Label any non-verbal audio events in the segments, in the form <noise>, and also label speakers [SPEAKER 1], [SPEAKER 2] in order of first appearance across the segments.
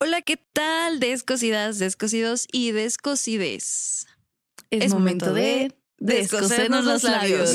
[SPEAKER 1] Hola, ¿qué tal? Descosidas, descosidos y descosides.
[SPEAKER 2] Es, momento, de descosernos los labios.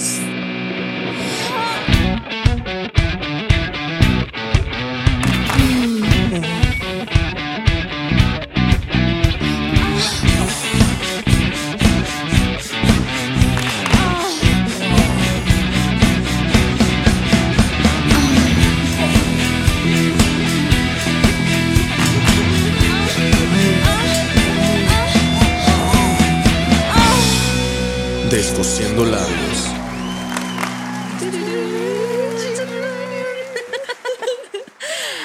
[SPEAKER 3] Descosiendo labios.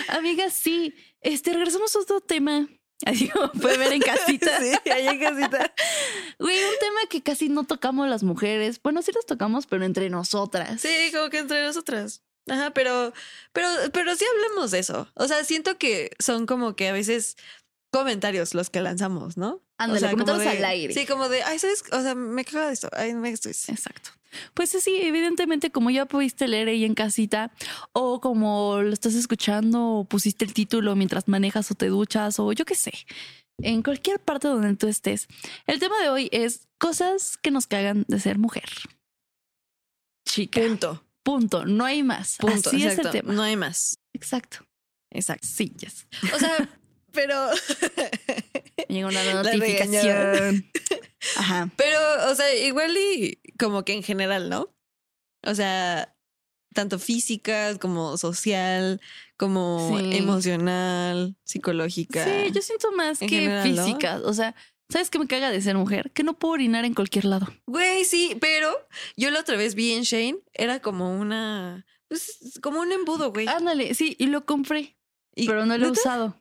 [SPEAKER 2] Amigas, sí. Este, regresamos a otro tema. <laughs> Así como puede ver en casita.
[SPEAKER 1] <laughs>
[SPEAKER 2] Güey, un tema que casi no tocamos las mujeres. Bueno, sí los tocamos, pero entre nosotras.
[SPEAKER 1] Sí, como que entre nosotras. Ajá, pero, pero, pero sí hablamos de eso. O sea, siento que son como que a veces comentarios los que lanzamos, ¿no?
[SPEAKER 2] Ándale,
[SPEAKER 1] o sea, como
[SPEAKER 2] coméntanos
[SPEAKER 1] de-
[SPEAKER 2] al aire.
[SPEAKER 1] Sí, como de, ay, ¿sabes? O sea, me cago de esto. Ay, me estoy.
[SPEAKER 2] Exacto. Pues sí, evidentemente, como ya pudiste leer ahí en casita, o como lo estás escuchando, o pusiste el título mientras manejas o te duchas, o yo qué sé, en cualquier parte donde tú estés. El tema de hoy es cosas que nos cagan de ser mujer. Chica.
[SPEAKER 1] Punto.
[SPEAKER 2] Punto. No hay más.
[SPEAKER 1] Punto.
[SPEAKER 2] Así
[SPEAKER 1] exacto.
[SPEAKER 2] es el tema.
[SPEAKER 1] No hay más.
[SPEAKER 2] Exacto.
[SPEAKER 1] Exacto.
[SPEAKER 2] Sí, yes.
[SPEAKER 1] O sea, <laughs> pero.
[SPEAKER 2] Me Llegó una
[SPEAKER 1] <laughs> La
[SPEAKER 2] notificación.
[SPEAKER 1] regañaron.
[SPEAKER 2] <laughs> Ajá.
[SPEAKER 1] Pero, o sea, igual y como que en general, ¿no? O sea, tanto física como social, como
[SPEAKER 2] Sí.
[SPEAKER 1] emocional, psicológica.
[SPEAKER 2] Sí, yo siento más que
[SPEAKER 1] En general, ¿no?
[SPEAKER 2] físicas. O sea, ¿sabes qué me caga de ser mujer? Que no puedo orinar en cualquier lado.
[SPEAKER 1] Güey, sí, pero yo la otra vez vi en Shane, era como una. Pues, como un embudo, güey.
[SPEAKER 2] Ándale, sí, y lo compré,
[SPEAKER 1] Y-
[SPEAKER 2] Ah, pero no lo he
[SPEAKER 1] ¿neta?
[SPEAKER 2] usado.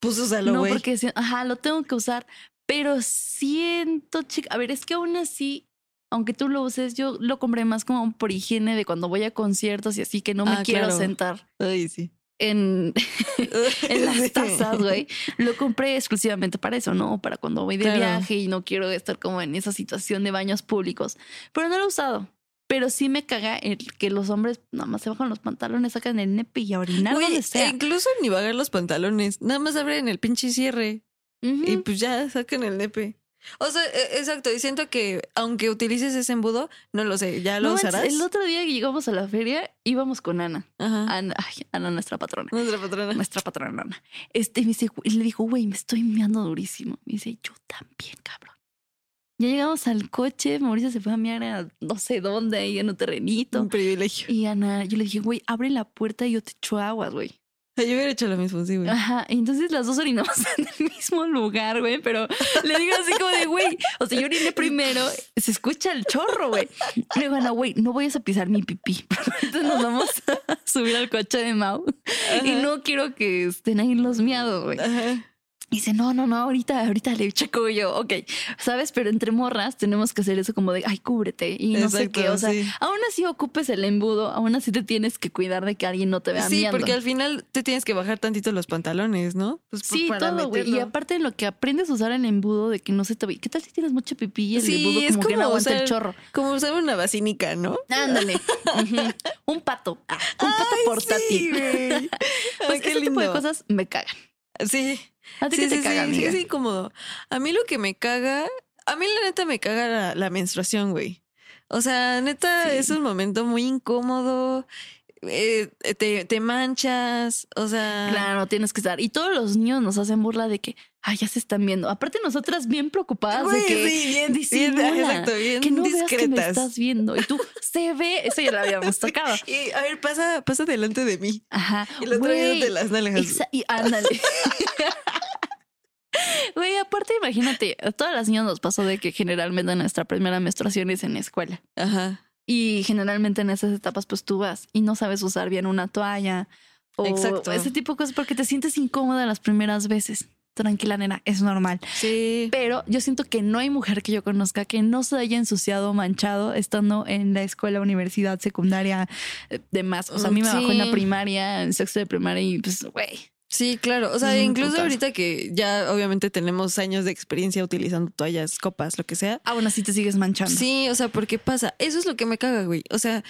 [SPEAKER 1] Pues úsalo,
[SPEAKER 2] No,
[SPEAKER 1] güey.
[SPEAKER 2] porque, si- ajá, lo tengo que usar, pero siento, chica, a ver, es que aún así, aunque tú lo uses, yo lo compré más como por higiene de cuando voy a conciertos y así que no me
[SPEAKER 1] Ah,
[SPEAKER 2] quiero
[SPEAKER 1] claro.
[SPEAKER 2] sentar
[SPEAKER 1] Ay, sí.
[SPEAKER 2] en, <laughs> en las
[SPEAKER 1] <laughs>
[SPEAKER 2] tazas, güey. Lo compré exclusivamente para eso, ¿no? Para cuando voy de
[SPEAKER 1] Claro.
[SPEAKER 2] viaje y no quiero estar como en esa situación de baños públicos. Pero no lo he usado. Pero sí me caga el que los hombres nada más se bajan los pantalones, sacan el nepe y a orinar
[SPEAKER 1] Güey,
[SPEAKER 2] donde sea.
[SPEAKER 1] e incluso ni vagar los pantalones. Nada más abren el pinche cierre.
[SPEAKER 2] Ujú.
[SPEAKER 1] Y pues ya, saquen el nepe. O sea, e- exacto. Y siento que aunque utilices ese embudo, no lo sé, ya lo
[SPEAKER 2] No manches,
[SPEAKER 1] usarás.
[SPEAKER 2] El Ah. otro día que llegamos a la feria, íbamos con Ana.
[SPEAKER 1] Ajá.
[SPEAKER 2] Ana, ay, Ana, nuestra patrona.
[SPEAKER 1] Nuestra <laughs> patrona.
[SPEAKER 2] Nuestra patrona Ana. Este me dice, güey, le digo, güey, me estoy meando durísimo. Me dice, yo también, cabrón. Ya llegamos al coche, Mauricio se fue a mear a no sé dónde, ahí en un terrenito.
[SPEAKER 1] Un privilegio. <laughs>
[SPEAKER 2] Y Ana, yo le dije, güey, abre la puerta y yo te echo agua, güey.
[SPEAKER 1] Yo hubiera hecho lo mismo, sí, güey.
[SPEAKER 2] Ajá. Y entonces las dos orinamos <laughs> en el mismo lugar, güey. Pero le digo así como de, güey, o sea, yo oriné primero, se escucha el chorro, güey. Y le digo, Ana, güey, no vayas a pisar mi pipí. <laughs> Entonces nos vamos a subir al coche de Mau y
[SPEAKER 1] Ajá.
[SPEAKER 2] no quiero que estén ahí los miados, güey.
[SPEAKER 1] Ajá.
[SPEAKER 2] Y dice, no, no, no, ahorita, ahorita le checo yo, ok, ¿sabes? Pero entre morras tenemos que hacer eso como de, ay, cúbrete y no sé
[SPEAKER 1] Exacto,
[SPEAKER 2] qué, o sea,
[SPEAKER 1] sí.
[SPEAKER 2] aún así ocupes el embudo, aún así te tienes que cuidar de que alguien no te vea
[SPEAKER 1] Sí,
[SPEAKER 2] miando.
[SPEAKER 1] porque al final te tienes que bajar tantito los pantalones, ¿no? Pues pues,
[SPEAKER 2] Sí,
[SPEAKER 1] para
[SPEAKER 2] todo, güey. Y
[SPEAKER 1] meterlo.
[SPEAKER 2] aparte lo que aprendes a usar el embudo de que no se te ve. ¿Qué tal si tienes mucho pipí y el
[SPEAKER 1] Sí,
[SPEAKER 2] embudo
[SPEAKER 1] es
[SPEAKER 2] como, que no
[SPEAKER 1] como
[SPEAKER 2] aguanta el
[SPEAKER 1] usar-
[SPEAKER 2] chorro?
[SPEAKER 1] Como usar una vacínica, ¿no?
[SPEAKER 2] Ándale.
[SPEAKER 1] <laughs>
[SPEAKER 2] Ujú. Un pato. Ah, un pato
[SPEAKER 1] Sí,
[SPEAKER 2] portátil.
[SPEAKER 1] güey. Ay,
[SPEAKER 2] <laughs> pues
[SPEAKER 1] qué
[SPEAKER 2] ese tipo de
[SPEAKER 1] lindo.
[SPEAKER 2] cosas me cagan.
[SPEAKER 1] Sí.
[SPEAKER 2] A ti
[SPEAKER 1] sí,
[SPEAKER 2] qué te
[SPEAKER 1] sí,
[SPEAKER 2] caga,
[SPEAKER 1] sí,
[SPEAKER 2] amiga?
[SPEAKER 1] sí, es incómodo. A mí lo que me caga, a mí la neta me caga la, la menstruación, güey. O sea, neta,
[SPEAKER 2] Sí.
[SPEAKER 1] es un momento muy incómodo. eh, te, te manchas, o sea.
[SPEAKER 2] Claro, tienes que estar. Y todos los niños nos hacen burla de que, ay, ya se están viendo. Aparte, nosotras bien preocupadas
[SPEAKER 1] Güey,
[SPEAKER 2] de que,
[SPEAKER 1] sí, bien,
[SPEAKER 2] disimula,
[SPEAKER 1] bien, exacto, bien
[SPEAKER 2] que no veas que me
[SPEAKER 1] discretas.
[SPEAKER 2] estás viendo. Y tú, se ve. Eso ya lo habíamos tocado.
[SPEAKER 1] Y, a ver, pasa, pasa delante de mí.
[SPEAKER 2] Ajá.
[SPEAKER 1] <laughs> Y la otra
[SPEAKER 2] Güey,
[SPEAKER 1] viéndote las nalgas.
[SPEAKER 2] Exa- y ándale. <laughs> Güey, aparte, imagínate, a todas las niñas nos pasó de que generalmente nuestra primera menstruación es en la escuela.
[SPEAKER 1] Ajá.
[SPEAKER 2] Y generalmente en esas etapas, pues tú vas y no sabes usar bien una toalla o
[SPEAKER 1] Exacto.
[SPEAKER 2] ese tipo de cosas porque te sientes incómoda las primeras veces. Tranquila, nena, es normal.
[SPEAKER 1] Sí.
[SPEAKER 2] Pero yo siento que no hay mujer que yo conozca que no se haya ensuciado o manchado estando en la escuela, universidad, secundaria, eh, demás. O sea, a mí me bajó en la
[SPEAKER 1] Sí.
[SPEAKER 2] primaria, en sexto de primaria y pues, güey.
[SPEAKER 1] Sí, claro. O sea,
[SPEAKER 2] Es un
[SPEAKER 1] incluso
[SPEAKER 2] putazo.
[SPEAKER 1] ahorita que ya obviamente tenemos años de experiencia utilizando toallas,
[SPEAKER 2] Ah,
[SPEAKER 1] copas, lo que sea.
[SPEAKER 2] Aún así te sigues manchando.
[SPEAKER 1] Sí, o sea, ¿por qué pasa? Eso es lo que me caga, güey. O sea,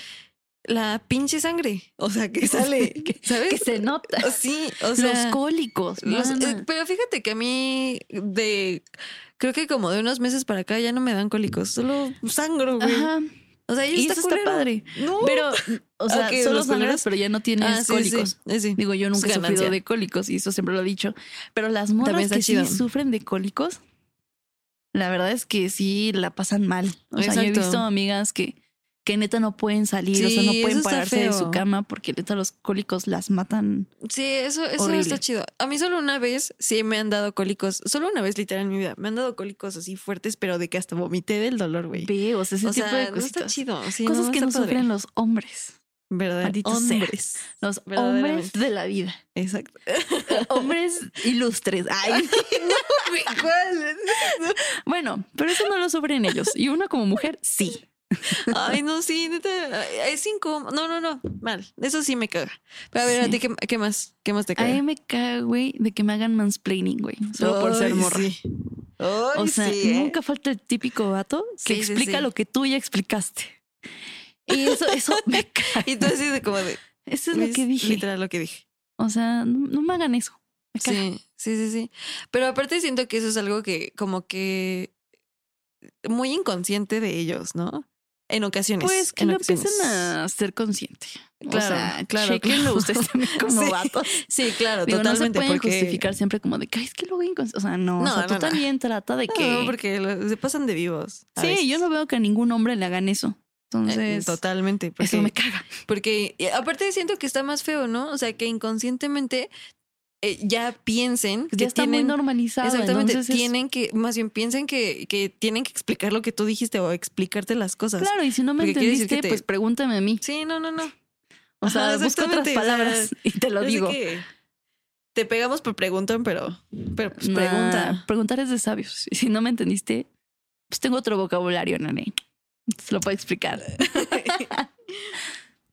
[SPEAKER 1] la pinche sangre. O sea,
[SPEAKER 2] <laughs>
[SPEAKER 1] que sale,
[SPEAKER 2] Que-
[SPEAKER 1] ¿sabes?
[SPEAKER 2] que se nota.
[SPEAKER 1] Sí, o
[SPEAKER 2] Los
[SPEAKER 1] sea,
[SPEAKER 2] cólicos.
[SPEAKER 1] los-
[SPEAKER 2] mana.
[SPEAKER 1] eh, pero fíjate que a mí de creo que como de unos meses para acá ya no me dan cólicos, solo sangro, güey.
[SPEAKER 2] Ajá.
[SPEAKER 1] O sea,
[SPEAKER 2] Y eso está Uh,
[SPEAKER 1] culero.
[SPEAKER 2] padre.
[SPEAKER 1] No.
[SPEAKER 2] Pero, o sea,
[SPEAKER 1] Ok,
[SPEAKER 2] solo
[SPEAKER 1] los
[SPEAKER 2] sangras,
[SPEAKER 1] culeros.
[SPEAKER 2] pero ya no tienes
[SPEAKER 1] Ah, sí,
[SPEAKER 2] cólicos.
[SPEAKER 1] sí, eh, sí.
[SPEAKER 2] Digo, yo nunca he
[SPEAKER 1] Es
[SPEAKER 2] sufrido
[SPEAKER 1] ganancia.
[SPEAKER 2] de cólicos y eso siempre lo he dicho. Pero las
[SPEAKER 1] También
[SPEAKER 2] morras
[SPEAKER 1] está
[SPEAKER 2] que sí
[SPEAKER 1] chido.
[SPEAKER 2] sufren de cólicos, la verdad es que sí la pasan mal. O sea, yo he
[SPEAKER 1] Exacto.
[SPEAKER 2] visto amigas que, que neta no pueden salir, o sea,
[SPEAKER 1] Sí,
[SPEAKER 2] no
[SPEAKER 1] eso
[SPEAKER 2] pueden
[SPEAKER 1] está
[SPEAKER 2] pararse de su
[SPEAKER 1] feo.
[SPEAKER 2] cama porque neta los cólicos las matan.
[SPEAKER 1] Sí, eso, eso
[SPEAKER 2] Horrible.
[SPEAKER 1] está chido. A mí solo una vez sí me han dado cólicos, solo una vez literal en mi vida. Me han dado cólicos así fuertes, pero de que hasta vomité del dolor, güey.
[SPEAKER 2] Ve, o sea, ese
[SPEAKER 1] O
[SPEAKER 2] tipo
[SPEAKER 1] sea,
[SPEAKER 2] de
[SPEAKER 1] no está
[SPEAKER 2] cositas.
[SPEAKER 1] chido. sí,
[SPEAKER 2] Cosas que
[SPEAKER 1] está
[SPEAKER 2] no
[SPEAKER 1] padre.
[SPEAKER 2] sufren los hombres.
[SPEAKER 1] ¿Verdad?
[SPEAKER 2] Malditos sea.
[SPEAKER 1] hombres.
[SPEAKER 2] Los hombres
[SPEAKER 1] Verdaderamente.
[SPEAKER 2] de la vida.
[SPEAKER 1] Exacto.
[SPEAKER 2] <laughs> Hombres ilustres.
[SPEAKER 1] <laughs>
[SPEAKER 2] Ay. <laughs> Bueno, pero eso no lo sufren ellos. Y una como mujer, sí.
[SPEAKER 1] <laughs> Ay, no, sí, neta. Es incómodo. No, no, no. Mal. Eso sí me caga. Pero a ver,
[SPEAKER 2] Sí.
[SPEAKER 1] a ti, ¿qué, qué más? ¿Qué más te
[SPEAKER 2] A mí
[SPEAKER 1] caga?
[SPEAKER 2] me caga, güey, de que me hagan mansplaining, güey. Solo por ser
[SPEAKER 1] Ay,
[SPEAKER 2] morra.
[SPEAKER 1] sí. Ay,
[SPEAKER 2] O sea,
[SPEAKER 1] sí, ¿eh?
[SPEAKER 2] nunca falta el típico vato que
[SPEAKER 1] Sí, sí,
[SPEAKER 2] explica
[SPEAKER 1] sí.
[SPEAKER 2] lo que tú ya explicaste. Y eso, eso me caga.
[SPEAKER 1] <laughs> Y tú así de como de.
[SPEAKER 2] Eso es lo que
[SPEAKER 1] "Luis,
[SPEAKER 2] dije.
[SPEAKER 1] Literal lo que dije.
[SPEAKER 2] O sea, no, no me hagan eso. Me caga.
[SPEAKER 1] Sí, sí, sí, sí. Pero aparte siento que eso es algo que como que muy inconsciente de ellos, ¿no? En ocasiones.
[SPEAKER 2] Pues que
[SPEAKER 1] en
[SPEAKER 2] lo
[SPEAKER 1] ocasiones.
[SPEAKER 2] empiecen a ser consciente.
[SPEAKER 1] Claro,
[SPEAKER 2] o sea,
[SPEAKER 1] claro, <laughs>
[SPEAKER 2] chéquenlo
[SPEAKER 1] claro.
[SPEAKER 2] ustedes también
[SPEAKER 1] <laughs>
[SPEAKER 2] como
[SPEAKER 1] Sí.
[SPEAKER 2] vatos.
[SPEAKER 1] Sí, claro,
[SPEAKER 2] Digo, no se
[SPEAKER 1] totalmente.
[SPEAKER 2] pueden
[SPEAKER 1] porque...
[SPEAKER 2] justificar siempre como de que "Ay, es que luego inconsciente. O sea, no. o
[SPEAKER 1] No,
[SPEAKER 2] sea, tú
[SPEAKER 1] no, no.
[SPEAKER 2] también trata de que.
[SPEAKER 1] No, porque lo- se pasan de vivos. a
[SPEAKER 2] sí,
[SPEAKER 1] veces.
[SPEAKER 2] yo no veo que a ningún hombre le hagan eso.
[SPEAKER 1] Eh,
[SPEAKER 2] Entonces,
[SPEAKER 1] totalmente. Porque,
[SPEAKER 2] eso me caga.
[SPEAKER 1] porque y aparte siento que está más feo, ¿no? O sea, que inconscientemente eh, Pues ya piensen que
[SPEAKER 2] Pues ya está
[SPEAKER 1] tienen
[SPEAKER 2] muy normalizado.
[SPEAKER 1] Exactamente,
[SPEAKER 2] entonces es-
[SPEAKER 1] tienen que, más bien piensen que, que tienen que explicar lo que tú dijiste o explicarte las cosas.
[SPEAKER 2] Claro, y si no me
[SPEAKER 1] porque quiere decir
[SPEAKER 2] entendiste,
[SPEAKER 1] que te-
[SPEAKER 2] pues pregúntame a mí.
[SPEAKER 1] Sí, no, no, no.
[SPEAKER 2] O sea,
[SPEAKER 1] Ajá,
[SPEAKER 2] busca otras
[SPEAKER 1] exactamente,
[SPEAKER 2] palabras
[SPEAKER 1] o sea,
[SPEAKER 2] y te lo
[SPEAKER 1] Así
[SPEAKER 2] digo.
[SPEAKER 1] que te pegamos por preguntan, pero, pero pues
[SPEAKER 2] Nah,
[SPEAKER 1] pregunta.
[SPEAKER 2] preguntar es de sabios. Y si no me entendiste, pues tengo otro vocabulario, nene. Se lo
[SPEAKER 1] <laughs>
[SPEAKER 2] puedo explicar. <laughs>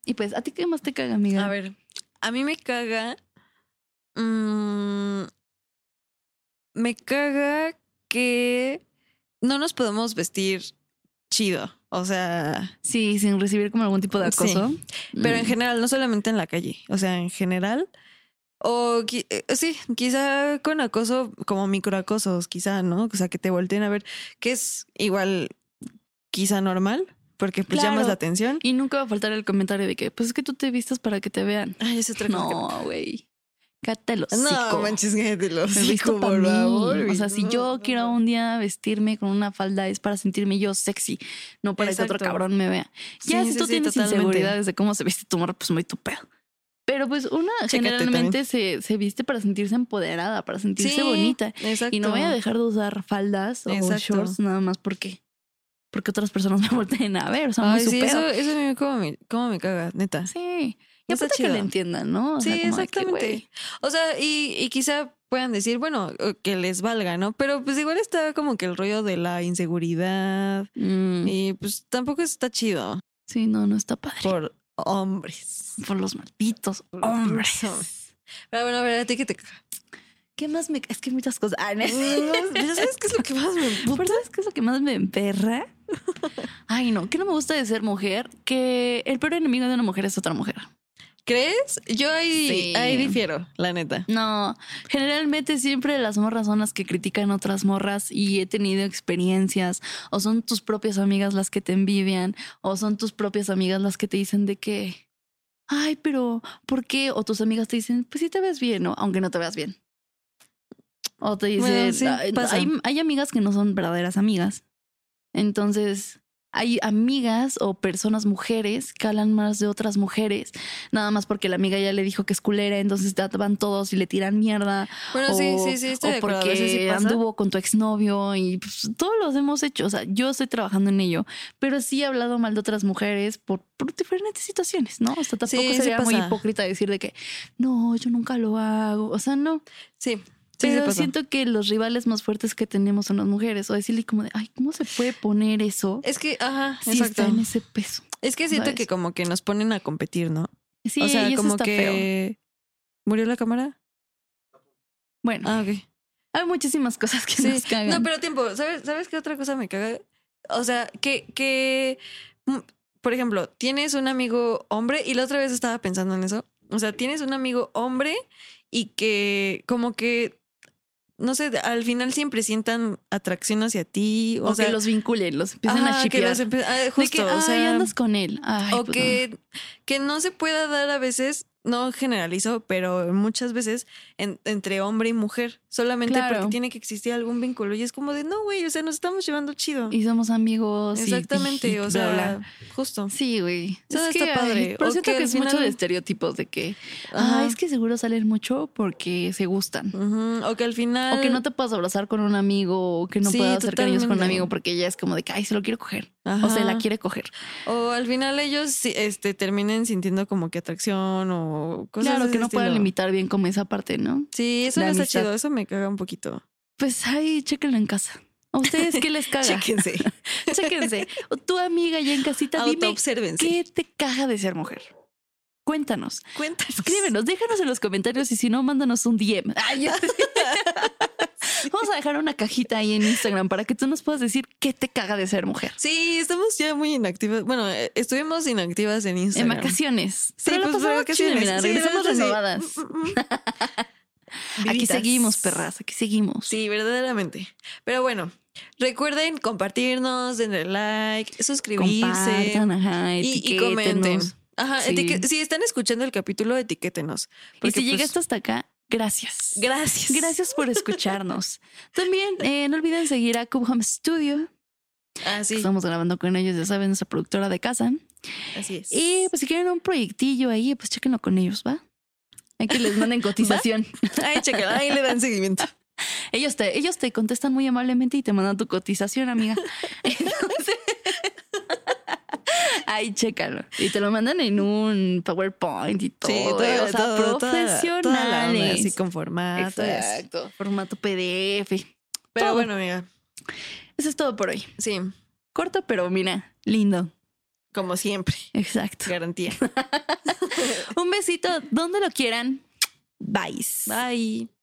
[SPEAKER 2] y pues, ¿a ti qué más te caga, amiga?
[SPEAKER 1] A ver, a mí me caga. mm, me caga que no nos podemos vestir chido. O sea,
[SPEAKER 2] Sí, sin recibir como algún tipo de
[SPEAKER 1] Sí.
[SPEAKER 2] acoso.
[SPEAKER 1] pero en
[SPEAKER 2] Mm.
[SPEAKER 1] general, no solamente en la calle. O sea, en general. O qui- eh, sí, quizá con acoso, como microacosos, quizá, ¿no? O sea, que te volteen a ver, que es igual, quizá normal, porque pues llamas
[SPEAKER 2] Claro.
[SPEAKER 1] la atención.
[SPEAKER 2] Y nunca va a faltar el comentario de que, pues es que tú te vistas para que te vean.
[SPEAKER 1] Ay, ese otra cosa que
[SPEAKER 2] No, güey. Cátelo.
[SPEAKER 1] No, manches, cállate el
[SPEAKER 2] Me he
[SPEAKER 1] hocico,
[SPEAKER 2] visto pa'
[SPEAKER 1] por
[SPEAKER 2] mí.
[SPEAKER 1] favor.
[SPEAKER 2] O
[SPEAKER 1] güey.
[SPEAKER 2] sea, si
[SPEAKER 1] No,
[SPEAKER 2] yo
[SPEAKER 1] no,
[SPEAKER 2] quiero
[SPEAKER 1] no.
[SPEAKER 2] un día vestirme con una falda es para sentirme yo sexy, no para que otro
[SPEAKER 1] Exacto.
[SPEAKER 2] cabrón me vea. Ya
[SPEAKER 1] Sí,
[SPEAKER 2] si
[SPEAKER 1] sí,
[SPEAKER 2] tú
[SPEAKER 1] sí,
[SPEAKER 2] tienes
[SPEAKER 1] totalmente.
[SPEAKER 2] inseguridades de cómo se viste tu morra, pues muy tu pedo. Pero pues una
[SPEAKER 1] Chécate
[SPEAKER 2] generalmente se, se viste para sentirse empoderada, para sentirse bonita.
[SPEAKER 1] Exacto.
[SPEAKER 2] Y no voy a dejar de usar faldas o
[SPEAKER 1] Exacto.
[SPEAKER 2] shorts nada más porque porque otras personas <laughs> me volteen a ver, o sea, muy
[SPEAKER 1] Ay,
[SPEAKER 2] su
[SPEAKER 1] sí,
[SPEAKER 2] pedo.
[SPEAKER 1] eso, eso a mí me- como me, como me caga, neta.
[SPEAKER 2] Sí. Y
[SPEAKER 1] No está
[SPEAKER 2] aparte que
[SPEAKER 1] chido.
[SPEAKER 2] le entiendan, ¿no? O
[SPEAKER 1] Sí,
[SPEAKER 2] como de que,
[SPEAKER 1] exactamente.
[SPEAKER 2] güey,
[SPEAKER 1] O sea, y, y quizá puedan decir, bueno, eh, que les valga, ¿no? Pero pues igual está como que el rollo de la inseguridad.
[SPEAKER 2] mm,
[SPEAKER 1] Y pues tampoco está chido
[SPEAKER 2] sí, no, no está padre.
[SPEAKER 1] por hombres.
[SPEAKER 2] Por los malditos
[SPEAKER 1] Por los malditos hombres. Pero bueno, a ver, a ti que te
[SPEAKER 2] <laughs>
[SPEAKER 1] caga.
[SPEAKER 2] ¿Qué más me.? Es que hay muchas cosas. <laughs> Ah, no.
[SPEAKER 1] ¿Ya sabes qué es lo que más
[SPEAKER 2] <laughs>
[SPEAKER 1] me
[SPEAKER 2] ¿Pero sabes qué es lo que más me emperra? <laughs> Ay, no. ¿Qué no me gusta de ser mujer? Que el peor enemigo de una mujer es otra mujer.
[SPEAKER 1] ¿Crees? Yo ahí,
[SPEAKER 2] Sí.
[SPEAKER 1] ahí difiero, la neta.
[SPEAKER 2] No. Generalmente siempre las morras son las que critican a otras morras y he tenido experiencias. O son tus propias amigas las que te envidian. O son tus propias amigas las que te dicen de que. Ay, pero ¿por qué? O tus amigas te dicen, pues sí te ves bien, ¿no? Aunque no te veas bien. O te dicen,
[SPEAKER 1] Bueno, sí,
[SPEAKER 2] "Ay,
[SPEAKER 1] pasa.
[SPEAKER 2] hay, hay amigas que no son verdaderas amigas. Entonces, hay amigas o personas, mujeres, que hablan más de otras mujeres, nada más porque la amiga ya le dijo que es culera, entonces ya van todos y le tiran mierda.
[SPEAKER 1] Bueno,
[SPEAKER 2] o,
[SPEAKER 1] sí, sí, sí, estoy
[SPEAKER 2] o
[SPEAKER 1] de acuerdo.
[SPEAKER 2] porque
[SPEAKER 1] Eso sí pasa.
[SPEAKER 2] anduvo con tu exnovio y pues, todos los hemos hecho. O sea, yo estoy trabajando en ello, pero sí he hablado mal de otras mujeres por, por diferentes situaciones, ¿no? O sea, tampoco
[SPEAKER 1] Sí, sí
[SPEAKER 2] sería muy
[SPEAKER 1] pasa.
[SPEAKER 2] hipócrita decir de que no, yo nunca lo hago. O sea, no.
[SPEAKER 1] Sí, sí, sí
[SPEAKER 2] Pero
[SPEAKER 1] pasa.
[SPEAKER 2] siento que los rivales más fuertes que tenemos son las mujeres. O decirle como de, ay, ¿cómo se puede poner eso
[SPEAKER 1] Es que, ajá,
[SPEAKER 2] si
[SPEAKER 1] exacto.
[SPEAKER 2] está en ese peso?
[SPEAKER 1] Es que siento
[SPEAKER 2] ¿sabes?
[SPEAKER 1] que como que nos ponen a competir, ¿no?
[SPEAKER 2] Sí,
[SPEAKER 1] o sea,
[SPEAKER 2] y eso
[SPEAKER 1] como
[SPEAKER 2] está
[SPEAKER 1] que
[SPEAKER 2] feo.
[SPEAKER 1] murió la cámara.
[SPEAKER 2] Bueno,
[SPEAKER 1] Ah, ok.
[SPEAKER 2] hay muchísimas cosas que
[SPEAKER 1] Sí.
[SPEAKER 2] <laughs> nos cagan.
[SPEAKER 1] No, pero tiempo, ¿sabes, ¿sabes qué otra cosa me caga? O sea, que, que mm, por ejemplo, tienes un amigo hombre, y la otra vez estaba pensando en eso. O sea, tienes un amigo hombre y que como que, no sé, al final siempre sientan atracción hacia ti. O,
[SPEAKER 2] O,
[SPEAKER 1] sea,
[SPEAKER 2] que los vinculen, los empiecen
[SPEAKER 1] ajá,
[SPEAKER 2] a
[SPEAKER 1] que
[SPEAKER 2] chipear.
[SPEAKER 1] los
[SPEAKER 2] De
[SPEAKER 1] empie- ah,
[SPEAKER 2] que,
[SPEAKER 1] justo, o
[SPEAKER 2] "Ay,
[SPEAKER 1] sea,
[SPEAKER 2] andas con él. Ay,
[SPEAKER 1] o
[SPEAKER 2] pues,
[SPEAKER 1] que, que no se pueda dar a veces, no generalizo, pero muchas veces en- entre hombre y mujer, solamente
[SPEAKER 2] Claro.
[SPEAKER 1] porque tiene que existir algún vínculo. Y es como de, no, güey, o sea, nos estamos llevando chido.
[SPEAKER 2] no. Y somos amigos. y- <laughs>
[SPEAKER 1] Exactamente,
[SPEAKER 2] y
[SPEAKER 1] o
[SPEAKER 2] bla,
[SPEAKER 1] sea,
[SPEAKER 2] bla.
[SPEAKER 1] justo.
[SPEAKER 2] Sí, güey.
[SPEAKER 1] Todo está
[SPEAKER 2] ay,
[SPEAKER 1] padre.
[SPEAKER 2] pero
[SPEAKER 1] O
[SPEAKER 2] siento
[SPEAKER 1] que
[SPEAKER 2] que,
[SPEAKER 1] al
[SPEAKER 2] es mucho
[SPEAKER 1] final-
[SPEAKER 2] de estereotipos de que,
[SPEAKER 1] Ajá.
[SPEAKER 2] ah, es que seguro salen mucho porque se gustan.
[SPEAKER 1] Ujú, O que al final...
[SPEAKER 2] O que no te puedas abrazar con un amigo, o que no
[SPEAKER 1] Ah. Sí,
[SPEAKER 2] puedas hacer cariños con un
[SPEAKER 1] totalmente.
[SPEAKER 2] amigo porque ella es como de que, ay, se lo quiero coger. O se la
[SPEAKER 1] Ajá.
[SPEAKER 2] quiere coger.
[SPEAKER 1] O al final ellos sí, este, terminen sintiendo como que atracción o cosas
[SPEAKER 2] claro,
[SPEAKER 1] de
[SPEAKER 2] que
[SPEAKER 1] ese
[SPEAKER 2] no puedan
[SPEAKER 1] estilo.
[SPEAKER 2] limitar bien como esa parte, ¿no?
[SPEAKER 1] Sí, eso
[SPEAKER 2] la
[SPEAKER 1] no está
[SPEAKER 2] amistad.
[SPEAKER 1] chido, eso me caga un poquito.
[SPEAKER 2] Pues ay, chéquenlo en casa. ¿A ustedes
[SPEAKER 1] <laughs>
[SPEAKER 2] qué les caga? <laughs>
[SPEAKER 1] Chéquense,
[SPEAKER 2] Chéquense. O tu amiga ya en casita, dime
[SPEAKER 1] autoobsérvense.
[SPEAKER 2] qué te caga de ser mujer. Cuéntanos,
[SPEAKER 1] Cuéntanos.
[SPEAKER 2] escríbenos, déjanos en los comentarios y si no, mándanos un DM. Ay, ya sé. Vamos a dejar una cajita ahí en Instagram para que tú nos puedas decir qué te caga de ser mujer.
[SPEAKER 1] Sí, estamos ya muy inactivas. Bueno, eh, estuvimos inactivas en
[SPEAKER 2] En
[SPEAKER 1] Instagram.
[SPEAKER 2] vacaciones.
[SPEAKER 1] Sí,
[SPEAKER 2] Pero la
[SPEAKER 1] pues,
[SPEAKER 2] pasamos
[SPEAKER 1] vacaciones.
[SPEAKER 2] chido, mira,
[SPEAKER 1] Sí,
[SPEAKER 2] regresamos
[SPEAKER 1] la neta, sí.
[SPEAKER 2] renovadas. Aquí <laughs>
[SPEAKER 1] Vivitas.
[SPEAKER 2] seguimos, perras, aquí seguimos.
[SPEAKER 1] Sí, verdaderamente. Pero bueno, recuerden compartirnos, denle like, suscribirse
[SPEAKER 2] Compartan, ajá,
[SPEAKER 1] y- y,
[SPEAKER 2] etiquétenos.
[SPEAKER 1] comenten. Ajá,
[SPEAKER 2] Sí.
[SPEAKER 1] etique- si están escuchando el capítulo, etiquétenos.
[SPEAKER 2] Y si
[SPEAKER 1] Porque, pues,
[SPEAKER 2] llegaste hasta acá, gracias.
[SPEAKER 1] Gracias.
[SPEAKER 2] Gracias
[SPEAKER 1] <laughs>
[SPEAKER 2] por escucharnos. También eh, no olviden seguir a Cube Home Studio.
[SPEAKER 1] Así,
[SPEAKER 2] Estamos grabando con ellos, ya saben, nuestra productora de casa.
[SPEAKER 1] así es.
[SPEAKER 2] Y pues si quieren un proyectillo ahí, pues chéquenlo con ellos, ¿va? Hay que les
[SPEAKER 1] <laughs>
[SPEAKER 2] manden cotización.
[SPEAKER 1] Ay, chequen, <laughs> ahí le dan
[SPEAKER 2] <laughs>
[SPEAKER 1] seguimiento.
[SPEAKER 2] Ellos te, ellos te contestan muy amablemente y te mandan tu
[SPEAKER 1] <laughs>
[SPEAKER 2] cotización, amiga. Entonces, <laughs> ahí chécalo. Y te lo mandan en un PowerPoint y todo. eh, o sea,
[SPEAKER 1] todo, toda la- toda la onda,
[SPEAKER 2] profesionales.
[SPEAKER 1] así con formato. y así.
[SPEAKER 2] Exacto. Formato PDF.
[SPEAKER 1] Pero
[SPEAKER 2] Todo.
[SPEAKER 1] bueno, amiga,
[SPEAKER 2] Eso es todo por hoy.
[SPEAKER 1] sí,
[SPEAKER 2] Corto, pero mira, lindo.
[SPEAKER 1] como siempre, <laughs>
[SPEAKER 2] Exacto.
[SPEAKER 1] garantía.
[SPEAKER 2] Un besito donde lo quieran. Bye.
[SPEAKER 1] Bye.